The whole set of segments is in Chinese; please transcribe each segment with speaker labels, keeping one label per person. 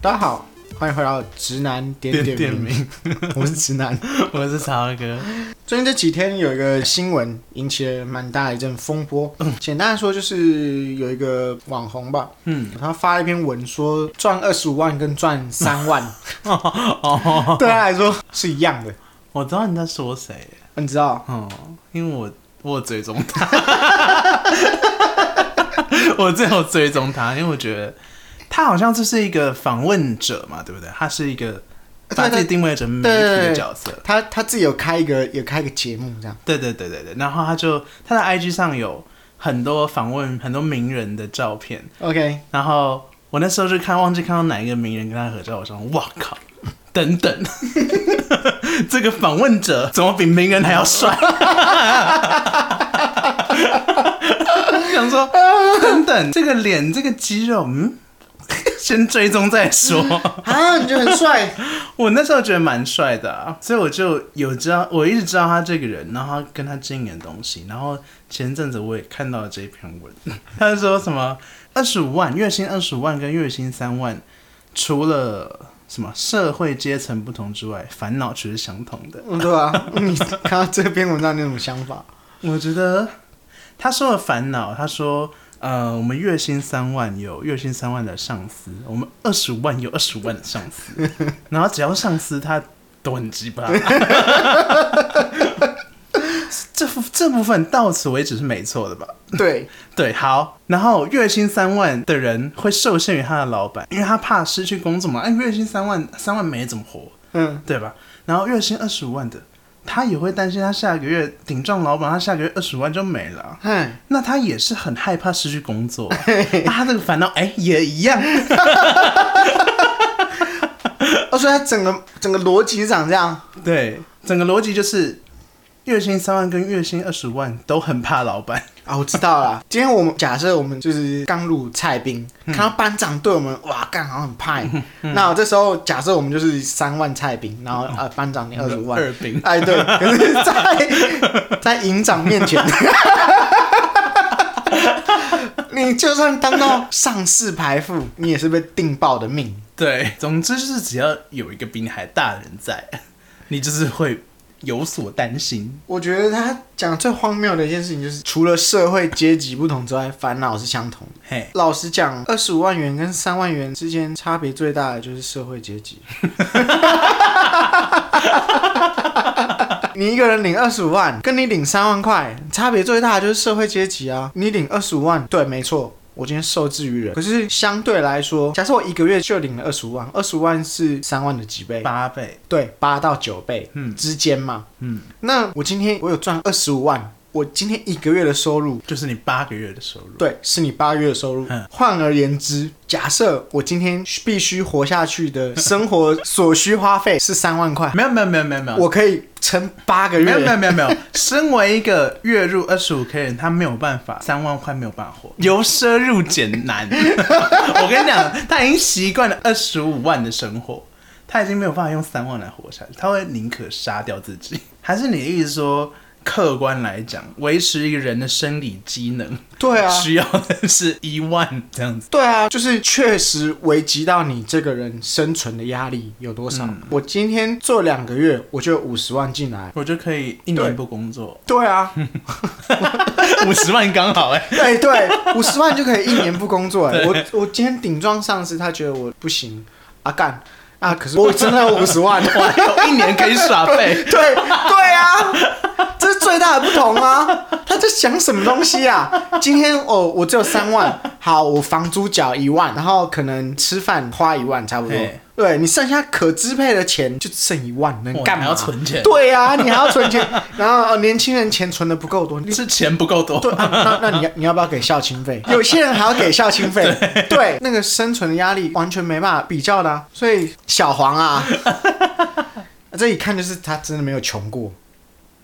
Speaker 1: 大家好，欢迎回到直男点
Speaker 2: 点
Speaker 1: 点
Speaker 2: 点
Speaker 1: 名，
Speaker 2: 名，
Speaker 1: 我是直男。
Speaker 2: 我是曹哥。
Speaker 1: 最近这几天有一个新闻引起了蛮大一阵风波，简单来说就是有一个网红吧，
Speaker 2: 嗯，
Speaker 1: 他发了一篇文说赚二十五万跟赚三万
Speaker 2: 哦，
Speaker 1: 对他来说是一样的，
Speaker 2: 我知道你在说谁，
Speaker 1: 你知道？
Speaker 2: 哦，因为我我有追踪他， 我真的有追踪他，因为我觉得他好像就是一个访问者嘛，对不对？他是一个把自己定位成媒体的角色，
Speaker 1: 他他自己有开一个有开一个节目这样，
Speaker 2: 对对对对对。然后他就他的 IG 上有很多访问很多名人的照片，
Speaker 1: OK，
Speaker 2: 然后我那时候就看忘记看到哪一个名人跟他合照，我说哇靠， 等等，这个访问者怎么比名人还要帅？ 想说等等，这个脸这个肌肉，嗯， 先追踪再说。
Speaker 1: 啊，你就很帅，
Speaker 2: 我那时候觉得蛮帅的、啊，所以我就有知道，我一直知道他这个人，然后他跟他经营的东西，然后前阵子我也看到了这篇文， 他说什么二十五万月薪二十五万跟月薪三万，除了什么社会阶层不同之外，烦恼却是相同的。
Speaker 1: 嗯，对吧？你看到这篇文章你有什么想法？
Speaker 2: 我觉得他说的烦恼，他说。呃，我们月薪三万有月薪三万的上司，我们二十五万有二十五万的上司，然后只要上司他都很鸡巴。 这部这部分到此为止是没错的吧？
Speaker 1: 对，
Speaker 2: 对，好。然后月薪三万的人会受限于他的老板，因为他怕失去工作嘛。哎，月薪三万，三万没怎么活，
Speaker 1: 嗯，
Speaker 2: 对吧？然后月薪二十五万的，他也会担心他下个月顶撞老板，他下个月二十五万就没了啊。
Speaker 1: 嗨，
Speaker 2: 那他也是很害怕失去工作啊，那他这个烦恼哎、也一样，
Speaker 1: 哦，所以他整个整个逻辑是长这样，
Speaker 2: 对，整个逻辑就是月薪三万跟月薪二十万都很怕老板，
Speaker 1: 啊，我知道了。 今天我们假设我们就是刚入菜兵，看到班长对我们哇干好像很派，那这时候假设我们就是三万菜兵，然后啊、呃班长你二十万，
Speaker 2: 二饼，
Speaker 1: 哎对，可是在 在营长面前， 你就算当到上士排副，你也是被定爆的命。
Speaker 2: 对，总之就是只要有一个比你还大的人在，你就是会有所担心。
Speaker 1: 我觉得他讲最荒谬的一件事情就是，除了社会阶级不同之外，烦恼是相同的。
Speaker 2: 嘿，
Speaker 1: 老实讲，二十五万元跟三万元之间差别最大的就是社会阶 级。你一个人领二十五万，跟你领三万块，差别最大的就是社会阶级啊！你领二十五万，对，没错，我今天受制于人。可是相对来说，假设我一个月就领了二十五万，二十五万是三万的几倍？
Speaker 2: 八倍，
Speaker 1: 对，八到九倍
Speaker 2: 嗯
Speaker 1: 之间嘛。
Speaker 2: 嗯，
Speaker 1: 那我今天我有赚二十五万，我今天一个月的收入
Speaker 2: 就是你八个月的收入。
Speaker 1: 对，是你八月的收入
Speaker 2: 嗯。
Speaker 1: 换而言之，假设我今天必须活下去的生活所需花费是三万块，
Speaker 2: 没有没有没有没有没有，
Speaker 1: 我可以撑八个
Speaker 2: 没有没
Speaker 1: 月。
Speaker 2: 有没有没有，身为一个月入二十五 k 人，他没有办法三万块没有办法活，由奢入俭难。 我跟你讲，他已经习惯了二十五万的生活，他已经没有办法用三万来活下去，他会宁可杀掉自己。 还是你的意思说，客观来讲，维持一个人的生理机能，
Speaker 1: 对啊，
Speaker 2: 需要的是一万这样子。
Speaker 1: 对啊，就是确实危及到你这个人生存的压力有多少。
Speaker 2: 嗯
Speaker 1: 我今天做两个月，我就五十万进来。
Speaker 2: 我就可以一
Speaker 1: 对
Speaker 2: 年不工作，
Speaker 1: 对 啊，
Speaker 2: 五十万刚好哎、
Speaker 1: 对对，五十万就可以一年不工作、欸。
Speaker 2: 对
Speaker 1: 我我今天顶撞上司，他觉得我不行啊干啊， 可是我真的有五十万。
Speaker 2: 我还有一年可以耍废。
Speaker 1: 对对啊，这是最大的不同啊！他在想什么东西啊？今天哦，我只有三万，好，我房租缴一万，然后可能吃饭花一万，差不多
Speaker 2: 嘿。
Speaker 1: 对你剩下可支配的钱就剩一万，能
Speaker 2: 我
Speaker 1: 干嘛？
Speaker 2: 哦还要存钱
Speaker 1: 对啊，你还要存钱，然后、哦、年轻人钱存的不够多，你
Speaker 2: 是钱不够多，
Speaker 1: 对啊，那那你你要不要给校庆费？ 有些人还要给校庆费， 对，那个生存的压力完全没办法比较的、啊，所以小黄 啊，这一看就是他真的没有穷过。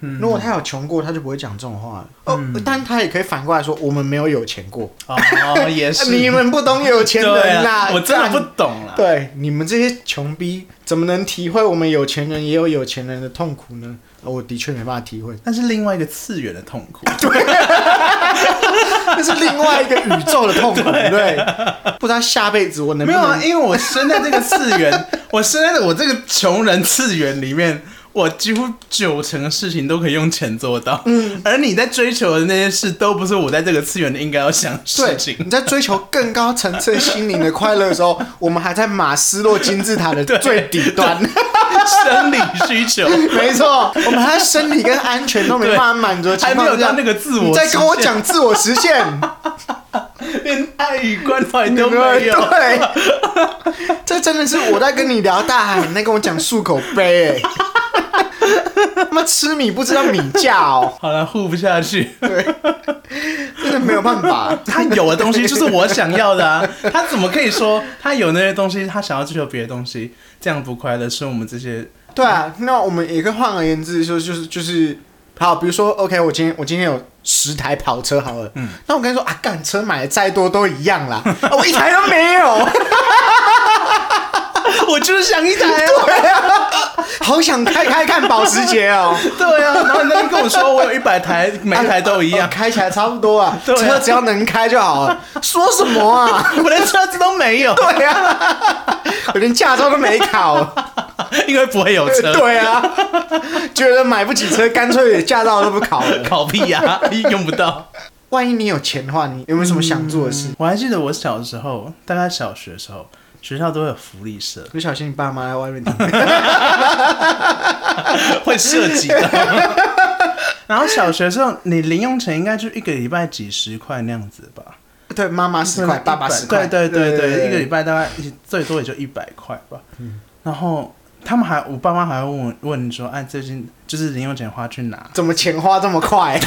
Speaker 2: 嗯
Speaker 1: 如果他有穷过，他就不会讲这种话了。哦，但他也可以反过来说，我们没有有钱 过，哎
Speaker 2: 哦，也是，
Speaker 1: 你们不懂有钱
Speaker 2: 对
Speaker 1: 人啦、
Speaker 2: 啊，我真的不
Speaker 1: 干
Speaker 2: 懂啦。
Speaker 1: 对你们这些穷逼，怎么能体会我们有钱人也有有钱人的痛苦呢？哦我的确没办法体会，
Speaker 2: 那是另外一个次元的痛苦。
Speaker 1: 那是另外一个宇宙的痛苦， 对，不知道下辈子我能不
Speaker 2: 没有啊，
Speaker 1: 能
Speaker 2: 因为我生在这个次元， 我生在我这个穷人次元里面，我几乎九成的事情都可以用钱做到。嗯，而你在追求的那些事，都不是我在这个次元应该要想的事
Speaker 1: 对
Speaker 2: 情。
Speaker 1: 你在追求更高层次心灵的快乐的时候，我们还在马斯洛金字 塔的最底端，
Speaker 2: 生理需求，
Speaker 1: 没错，我们还在生理跟安全都没办法满足的情
Speaker 2: 还没
Speaker 1: 况
Speaker 2: 有
Speaker 1: 之下
Speaker 2: 到那个自
Speaker 1: 你
Speaker 2: 我实现。
Speaker 1: 在跟我讲自我实现，
Speaker 2: 连爱与关怀
Speaker 1: 你
Speaker 2: 都没有。
Speaker 1: 对，这真的是我在跟你聊大海，你在跟我讲漱口杯、欸，他妈吃米不知道米价哦，
Speaker 2: 好了，互不下去。
Speaker 1: 真的没有办法。
Speaker 2: 他有的东西就是我想要的啊，他怎么可以说他有那些东西，他想要追求别的东西，这样不快乐？是我们这些
Speaker 1: 对啊，那我们也可以换而言之，就就是就是，好，比如说，OK，我今天我今天有十台跑车好了，嗯，那我跟你说啊，干车买的再多都一样啦，啊我一台都没 有，
Speaker 2: 我就是想一台啊，
Speaker 1: 好想开开看保时捷哦。
Speaker 2: 对啊，然后你那边跟我说我有一百台，每一台都一
Speaker 1: 啊
Speaker 2: 样，
Speaker 1: 开起来差不多啊，
Speaker 2: 对啊
Speaker 1: 车只要能开就好了。说什么 啊？
Speaker 2: 我连车子都没有，
Speaker 1: 对啊， 我连驾照都没 考。
Speaker 2: 因为不会有哦车，
Speaker 1: 对啊，觉得买不起车，干脆连驾照都不考了。
Speaker 2: 考屁呀，用不到。
Speaker 1: 万一你有钱的话，你有没有什么想做的事？
Speaker 2: 我还记得我小时候，大概小学的时候，学校都会有福利 社，
Speaker 1: 不小心你爸妈在外面听，
Speaker 2: 会涉及到。然后小学的时候，你零用钱应该就一个礼拜几十块那样子吧，
Speaker 1: 对，妈妈十块，爸爸十块，
Speaker 2: 对对对对，一个礼
Speaker 1: 拜。
Speaker 2: 拜大概最多也就一百块吧。
Speaker 1: 嗯
Speaker 2: 然后他们还，我爸妈还会问我问你说，哎，最近就是零用钱花去哪？
Speaker 1: 怎么钱花这么快？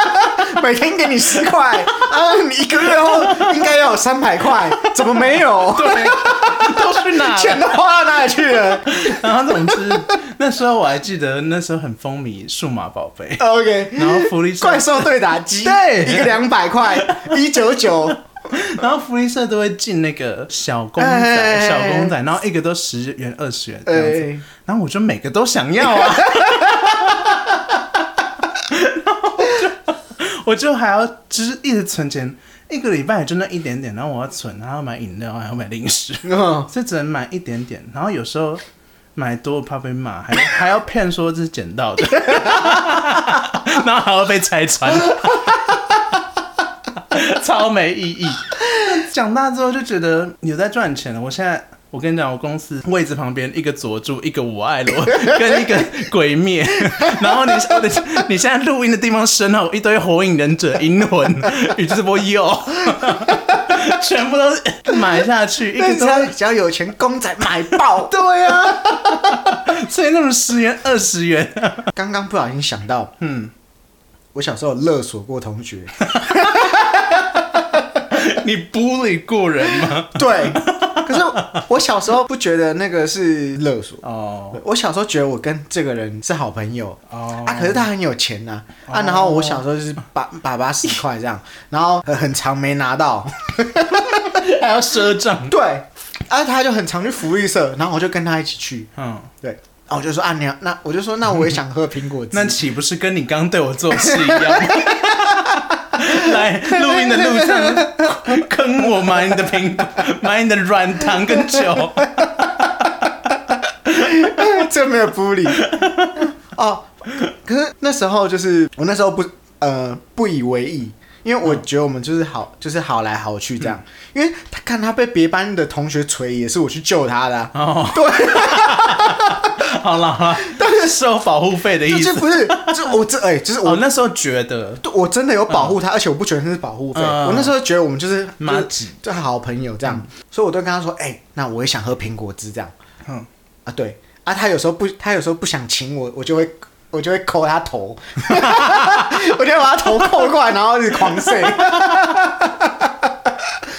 Speaker 1: 每天给你十块啊，你一个月后应该要有三百块，怎么没有？
Speaker 2: 对，都去哪
Speaker 1: 钱都花到哪里去了
Speaker 2: 然后总之，那时候我还记得，那时候很风靡数码宝贝，
Speaker 1: ？OK，
Speaker 2: 然后福利社，
Speaker 1: 怪兽对打机，
Speaker 2: 对
Speaker 1: 一个两百块，一九九，
Speaker 2: 然后福利社都会进那个小公仔，
Speaker 1: 哎
Speaker 2: 小公仔，然后一个都十元、二十元这样子，
Speaker 1: 哎，
Speaker 2: 然后我就每个都想要啊。 然后我就我就还要就是一直存钱，一个礼拜也就那一点点，然后我要存，然后买饮料，还要买零食，
Speaker 1: 嗯
Speaker 2: 所以只能买一点点。然后有时候买多怕被骂， 还还要骗说这是捡到 的，然后还要被拆 穿，超没意义。长大之后就觉得有在赚钱了。我现在我跟你讲，我公司位置旁边一个佐助，一个我爱罗， 跟一个鬼灭。然后你 我的你现在录音的地方身后一堆火影忍者、银魂、宇智波鼬， 全部都买下去，一
Speaker 1: 那
Speaker 2: 个
Speaker 1: 你只
Speaker 2: 都
Speaker 1: 要只要有钱，公仔买爆。
Speaker 2: 对呀、啊，所以那种十元、二十 元，
Speaker 1: 刚刚不小心想到，嗯，我小时候有勒索过同学，
Speaker 2: 你 bully 过人吗？
Speaker 1: 对，可是我小时候不觉得那个是勒索。
Speaker 2: 哦
Speaker 1: 我小时候觉得我跟这个人是好朋友，
Speaker 2: 哦，
Speaker 1: 啊，可是他很有钱呐、啊，然后我小时候就是把把八十块这样，然后很很长没拿到，
Speaker 2: 还要赊账，
Speaker 1: 对，啊，他就很常去福利社，然后我就跟他一起去，
Speaker 2: 嗯，
Speaker 1: 对，啊，我就说啊，你要那我就说那我也想喝苹果汁，
Speaker 2: 那岂不是跟你刚对我做的事一 样吗？来录音的路上坑我买你的苹 果，买你的软糖跟酒，
Speaker 1: 这没有不理，哦，可是那时候就是我那时候不呃不以为意。因为我觉得我们就是好，就是好来好去这样。
Speaker 2: 嗯
Speaker 1: 因为他看他被别班的同学锤，也是我去救他的、啊。
Speaker 2: 哦，
Speaker 1: 对，
Speaker 2: 好了好了，收保护费的
Speaker 1: 就
Speaker 2: 意
Speaker 1: 就
Speaker 2: 思。哦
Speaker 1: 不是，就我这哎、就是我
Speaker 2: 我那时候觉得，
Speaker 1: 对我真的有保护他，而且我不觉得那是保护费。
Speaker 2: 嗯
Speaker 1: 我那时候觉得我们就是
Speaker 2: 妈嗯
Speaker 1: 就是
Speaker 2: 吉
Speaker 1: 就是好朋友这样，所以我都跟他说：“哎、那我也想喝苹果汁这样。
Speaker 2: 嗯，”
Speaker 1: 啊，对啊，他有时候不，他有时候不想请我，我就会我就会抠他 头， 我就会把他头扣过来，然后一直狂睡。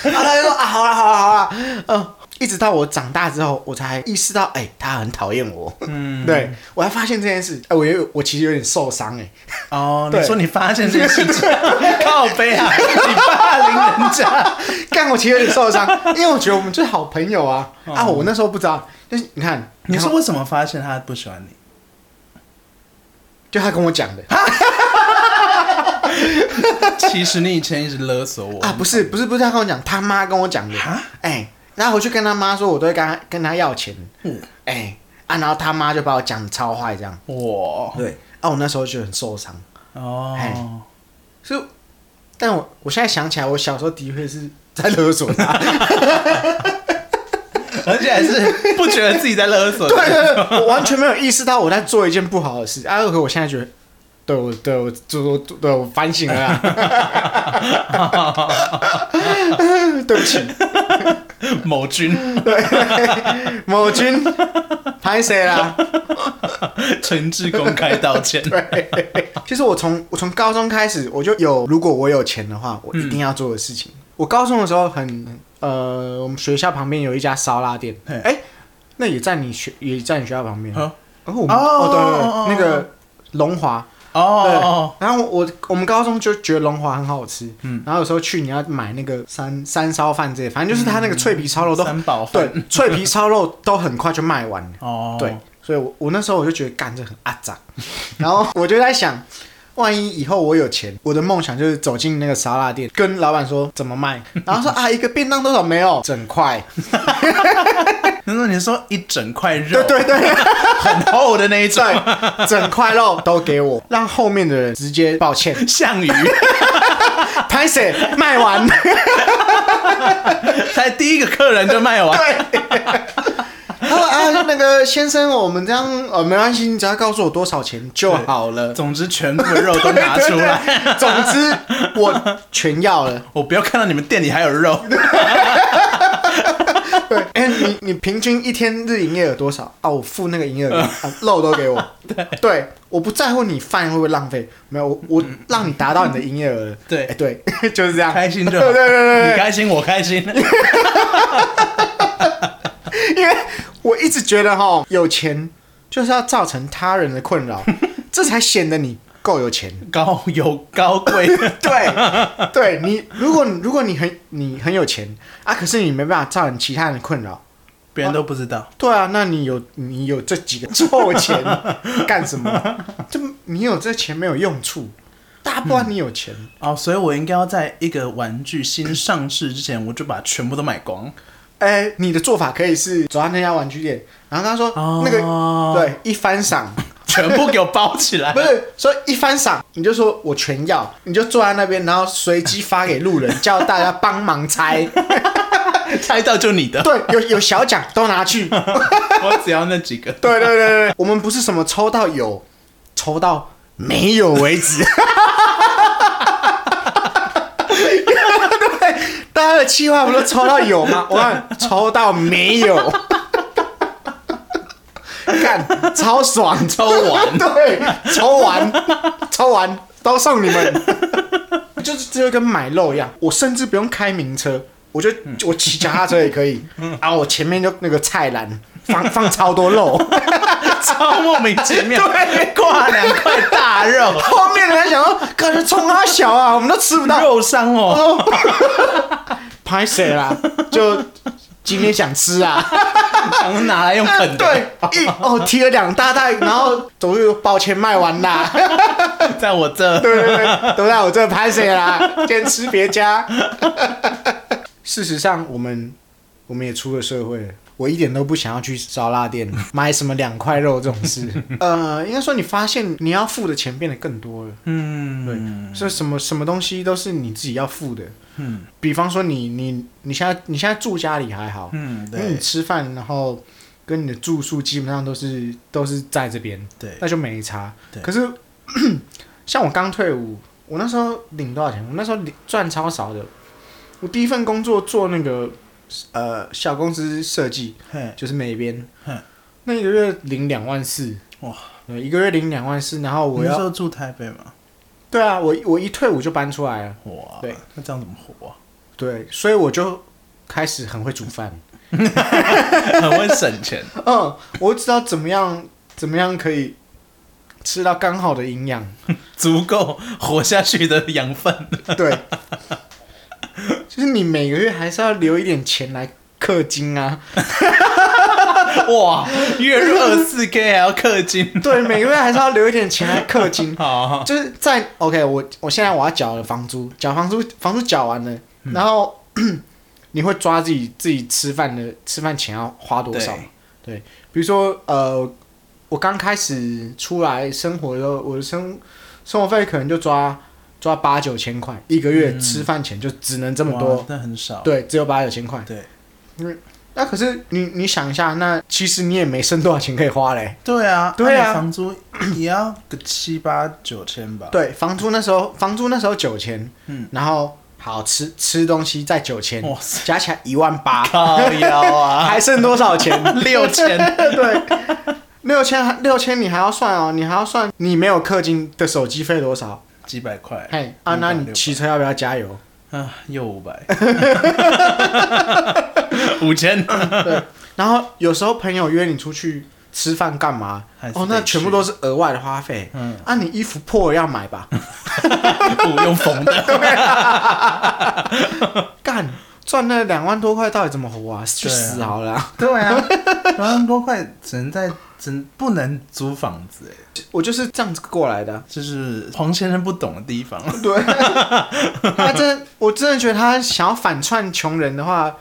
Speaker 1: 啊，他就说：“啊，好了好了好了，嗯。”一直到我长大之后，我才意识到，哎、他很讨厌我。嗯，对我还发现这件事，哎、我有我其实有点受伤哎、
Speaker 2: 哦，你
Speaker 1: 对
Speaker 2: 说你发现这件事 情，靠背啊，你霸凌人 家，
Speaker 1: 干，我其实有点受伤，因为我觉得我们就是好朋友啊。啊，我那时候不知道，就是你看，
Speaker 2: 你
Speaker 1: 看
Speaker 2: 是为什么发现他不喜欢你？
Speaker 1: 就他跟我讲的
Speaker 2: 其实你以前一直勒索我
Speaker 1: 啊，不是不是不是他跟我讲，他妈跟我讲的。
Speaker 2: 啊？
Speaker 1: 哎，然后回去跟他妈说，我都会跟他跟他要钱。
Speaker 2: 嗯
Speaker 1: 哎啊，然后他妈就把我讲的超坏这样。
Speaker 2: 我
Speaker 1: 对，啊，我那时候就很受伤。
Speaker 2: 哦
Speaker 1: 哎，所以，但我我现在想起来，我小时候的确是在勒索他。
Speaker 2: 而且还是不觉得自己在勒 索。
Speaker 1: 对对对，我完全没有意识到我在做一件不好的事。啊，可我现在觉得，对我对我做做对我反省了啊啦， 对不起，
Speaker 2: 某君
Speaker 1: 某君，拍谁啦？
Speaker 2: 诚挚公开道歉。
Speaker 1: 对，其实我从我从高中开始，我就有，如果我有钱的话，我一定要做的事情。
Speaker 2: 嗯
Speaker 1: 我高中的时候很呃，我们学校旁边有一家烧腊店，
Speaker 2: 嘿
Speaker 1: 哎、那也在你学也在你学校旁边。
Speaker 2: 哦
Speaker 1: 哦，我
Speaker 2: 哦
Speaker 1: 们哦对对
Speaker 2: 哦哦
Speaker 1: 对，那个龙华，
Speaker 2: 哦哦，
Speaker 1: 然后我我们高中就觉得龙华很好吃，
Speaker 2: 嗯
Speaker 1: 嗯，然后有时候去你要买那个三三烧饭这些，反正就是它那个脆皮烧肉都、
Speaker 2: 三宝嗯饭
Speaker 1: 对，脆皮烧肉都很快就卖完了。
Speaker 2: 哦，
Speaker 1: 对，所以我我那时候我就觉得干这很阿杂， 然后我就在想，万一以后我有钱，我的梦想就是走进那个沙拉店，跟老板说怎么卖，然后说啊一个便当多少没有，整块，
Speaker 2: 那时候你说一整块肉
Speaker 1: 对对对
Speaker 2: 很厚的那一种，
Speaker 1: 对，整块肉都给我，让后面的人直接抱歉，
Speaker 2: 项羽
Speaker 1: 拍谁卖完，
Speaker 2: 才第一个客人就卖完。
Speaker 1: 对。 他说啊，那个先生，我们这样呃没关系，你只要告诉我多少钱就好 了。
Speaker 2: 总之，全部的肉都拿出来，
Speaker 1: 对，对对总之我全要了。
Speaker 2: 我不要看到你们店里还有肉。
Speaker 1: 对，哎、你你平均一天日营业额多少啊？我付那个营业 额、啊，肉都给我。对，我不在乎你饭会不会浪费，没有，我我让你达到你的营业额了。
Speaker 2: 嗯对
Speaker 1: 哎对， 就是这样，
Speaker 2: 开心就好
Speaker 1: 对对对
Speaker 2: 你
Speaker 1: 对
Speaker 2: 开心，我 开心。
Speaker 1: 对，因为我一直觉得哈，有钱就是要造成他人的困 扰，这才显得你够有钱。
Speaker 2: 高有 高贵，
Speaker 1: 对，对你，如果你如果你很你很有钱啊，可是你没办法造成其他人的困扰，
Speaker 2: 别人都不知道。
Speaker 1: 对啊，那你有你有这几个臭钱干什么？这你有这钱没有用处，大家不知道你有钱。
Speaker 2: 哦，所以我应该要在一个玩具新上市之前，我就把全部都买光。
Speaker 1: 哎、你的做法可以是走到那家玩具店，然后跟他说、那个
Speaker 2: 个
Speaker 1: 对一番赏，
Speaker 2: 全部给我包起来
Speaker 1: 不。是说一番赏，你就说我全要，你就坐在那边，然后随机发给路人，叫大家帮忙猜。
Speaker 2: 猜到就你的，
Speaker 1: 对，有有小奖都拿去。
Speaker 2: 我只要那几个。
Speaker 1: 对对对对对，我们不是什么抽到有，抽到没有为止。对，大家的计划不都抽到有吗？我看抽到没有，干超爽，
Speaker 2: 抽 完
Speaker 1: 对，抽完，抽完都送你们，就是这就跟买肉一样，我甚至不用开名车，我就
Speaker 2: 嗯
Speaker 1: 我骑脚踏车也可以，啊，我前面就那个菜篮放放超多肉，
Speaker 2: 超莫名其妙，
Speaker 1: 对
Speaker 2: 挂两块大 肉，
Speaker 1: 后面的人想说，感觉冲他小啊，我们都吃不到，
Speaker 2: 肉伤哦，
Speaker 1: 拍谁啦？就今天想吃 啊。
Speaker 2: 想拿来用粉的，
Speaker 1: 对，一哦提了两大袋，然后走路抱歉卖完 啦，
Speaker 2: 在我这
Speaker 1: 对对对，都在我这拍谁啦？先吃别家。 事实上，我们我们也出了社会了。我一点都不想要去烧腊店买什么两块肉这种事。 呃，应该说你发现你要付的钱变得更多了，
Speaker 2: 嗯，
Speaker 1: 所以什么什么东西都是你自己要付的。
Speaker 2: 嗯
Speaker 1: 比方说你你你现在你现在住家里还好，
Speaker 2: 嗯，
Speaker 1: 因为你
Speaker 2: 对
Speaker 1: 吃饭然后跟你的住宿基本上都是都是在这边，
Speaker 2: 对，
Speaker 1: 那就没差
Speaker 2: 对。
Speaker 1: 可是 像我刚退伍，我那时候领多少钱？我那时候领赚超少的。我第一份工作做那个呃小公司设计，
Speaker 2: 嘿
Speaker 1: 就是美编
Speaker 2: 嗯，
Speaker 1: 那一个月领两万四，
Speaker 2: 哇
Speaker 1: 对，一个月领两万四，然后
Speaker 2: 你
Speaker 1: 我
Speaker 2: 那时
Speaker 1: 要
Speaker 2: 候住台北嘛，
Speaker 1: 对啊，我我一退伍就搬出来了，
Speaker 2: 哇，
Speaker 1: 对，
Speaker 2: 啊那这样怎么活啊？
Speaker 1: 对，所以我就开始很会煮饭。
Speaker 2: 很会省钱，
Speaker 1: 嗯，我知道怎么样怎么样可以吃到刚好的营养。
Speaker 2: 足够活下去的养分，
Speaker 1: 对，就是你每个月还是要留一点钱来氪金啊。
Speaker 2: 哇，月入二四 K 还要氪金，
Speaker 1: 对，每个月还是要留一点钱来氪 金。
Speaker 2: 好，
Speaker 1: 就是在 OK，我我现在我要缴了房租，缴房租，房租缴完了，然后、 你会抓自己自己吃饭的吃饭钱要花多少？对，比如说呃，我刚开始出来生活的时候，我的生生活费可能就抓抓八九千块，一个月
Speaker 2: 嗯
Speaker 1: 吃饭钱就只能这么
Speaker 2: 哇
Speaker 1: 多，，
Speaker 2: 那很少，
Speaker 1: 对，只有八九千块。嗯
Speaker 2: 对
Speaker 1: 那可是你你想一下，那其实你也没剩多少钱可以花嘞。
Speaker 2: 对啊，
Speaker 1: 对啊
Speaker 2: 按你房租也要个七八九千吧，
Speaker 1: 对，房租那时候房租那时候九千，
Speaker 2: 啊嗯，
Speaker 1: 然后好吃吃东西再九千，
Speaker 2: 哇塞，
Speaker 1: 加起来一万 八，
Speaker 2: 靠腰啊，
Speaker 1: 还剩多少钱？
Speaker 2: 六千，
Speaker 1: 对，六千还六千你还要算哦，你还要算你没有氪金的手机费多少？
Speaker 2: 几百块，
Speaker 1: 嘿，啊，
Speaker 2: 五百
Speaker 1: 那
Speaker 2: 六
Speaker 1: 你
Speaker 2: 百
Speaker 1: 骑车要不要加油？
Speaker 2: 啊，又五 百，五千，
Speaker 1: 然后有时候朋友约你出去吃饭干嘛
Speaker 2: 还？是
Speaker 1: 哦，
Speaker 2: 得
Speaker 1: 那
Speaker 2: 去
Speaker 1: 全部都是额外的花费。
Speaker 2: 嗯，
Speaker 1: 啊，你衣服破了要买 吧？
Speaker 2: 不用 缝的，
Speaker 1: 干，赚那两万多块到底怎么活啊？去
Speaker 2: 对啊
Speaker 1: 死好了啊、
Speaker 2: 对啊，两万多块只能在只能不能租房子，哎，
Speaker 1: 我就是这样子过来的啊。
Speaker 2: 这是黄先生不懂的 地方，
Speaker 1: 对，他真，我真的觉得他想要反串穷人的话，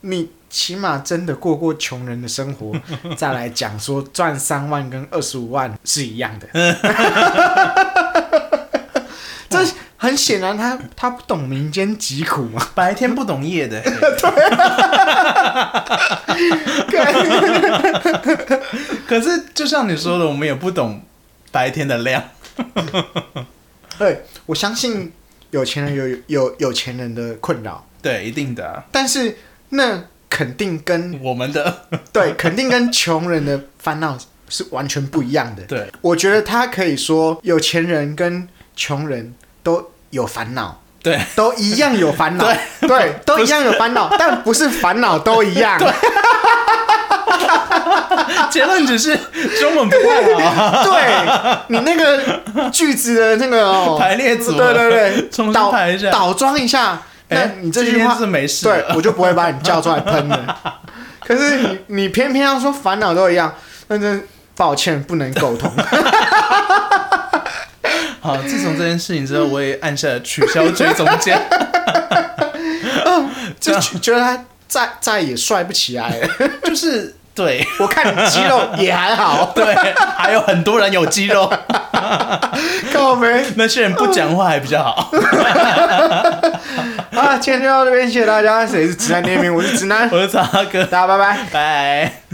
Speaker 1: 你起码真的过过穷人的生活，再来讲说赚三万跟二十五万是一样的。这很显然他他不懂民间疾苦嘛。
Speaker 2: 白天不懂夜的，嘿可是就像你说的，我们也不懂白天的量，
Speaker 1: 对，我相信有钱人有有有钱人的困扰，
Speaker 2: 对，一定的啊、
Speaker 1: 但是那肯定跟
Speaker 2: 我们的
Speaker 1: 对，肯定跟穷人的烦恼是完全不一样的。
Speaker 2: 对，
Speaker 1: 我觉得他可以说，有钱人跟穷人都有烦恼，
Speaker 2: 对，
Speaker 1: 都一样有烦 恼，对，都一样有烦恼，但不是烦恼都一 样，对，
Speaker 2: 结论只是中文不太好，
Speaker 1: 你那个句子的那个、哦、
Speaker 2: 排列组合
Speaker 1: 对对
Speaker 2: 重
Speaker 1: 对，
Speaker 2: 新
Speaker 1: 倒
Speaker 2: 排一下
Speaker 1: 倒装一下，那
Speaker 2: 哎
Speaker 1: 你这
Speaker 2: 今
Speaker 1: 句
Speaker 2: 天
Speaker 1: 话
Speaker 2: 是啊没事
Speaker 1: 对
Speaker 2: 的
Speaker 1: 我就不会把你叫出来喷 了。可是你你偏偏要说烦恼都一样，那真抱歉不能苟 同。
Speaker 2: 好，自从这件事情之后，我也按下了取消追踪 键。
Speaker 1: 就觉觉得他再再也帅不起来了。
Speaker 2: 就是对
Speaker 1: 我看你肌肉也还好，
Speaker 2: 对，还有很多人有肌肉，
Speaker 1: 靠没
Speaker 2: 那些人不讲话还比较好。
Speaker 1: 啊！今天就到这边，谢谢大家。谁是直男联名？我是直男，
Speaker 2: 我是曹哥，
Speaker 1: 大家拜拜。
Speaker 2: 拜。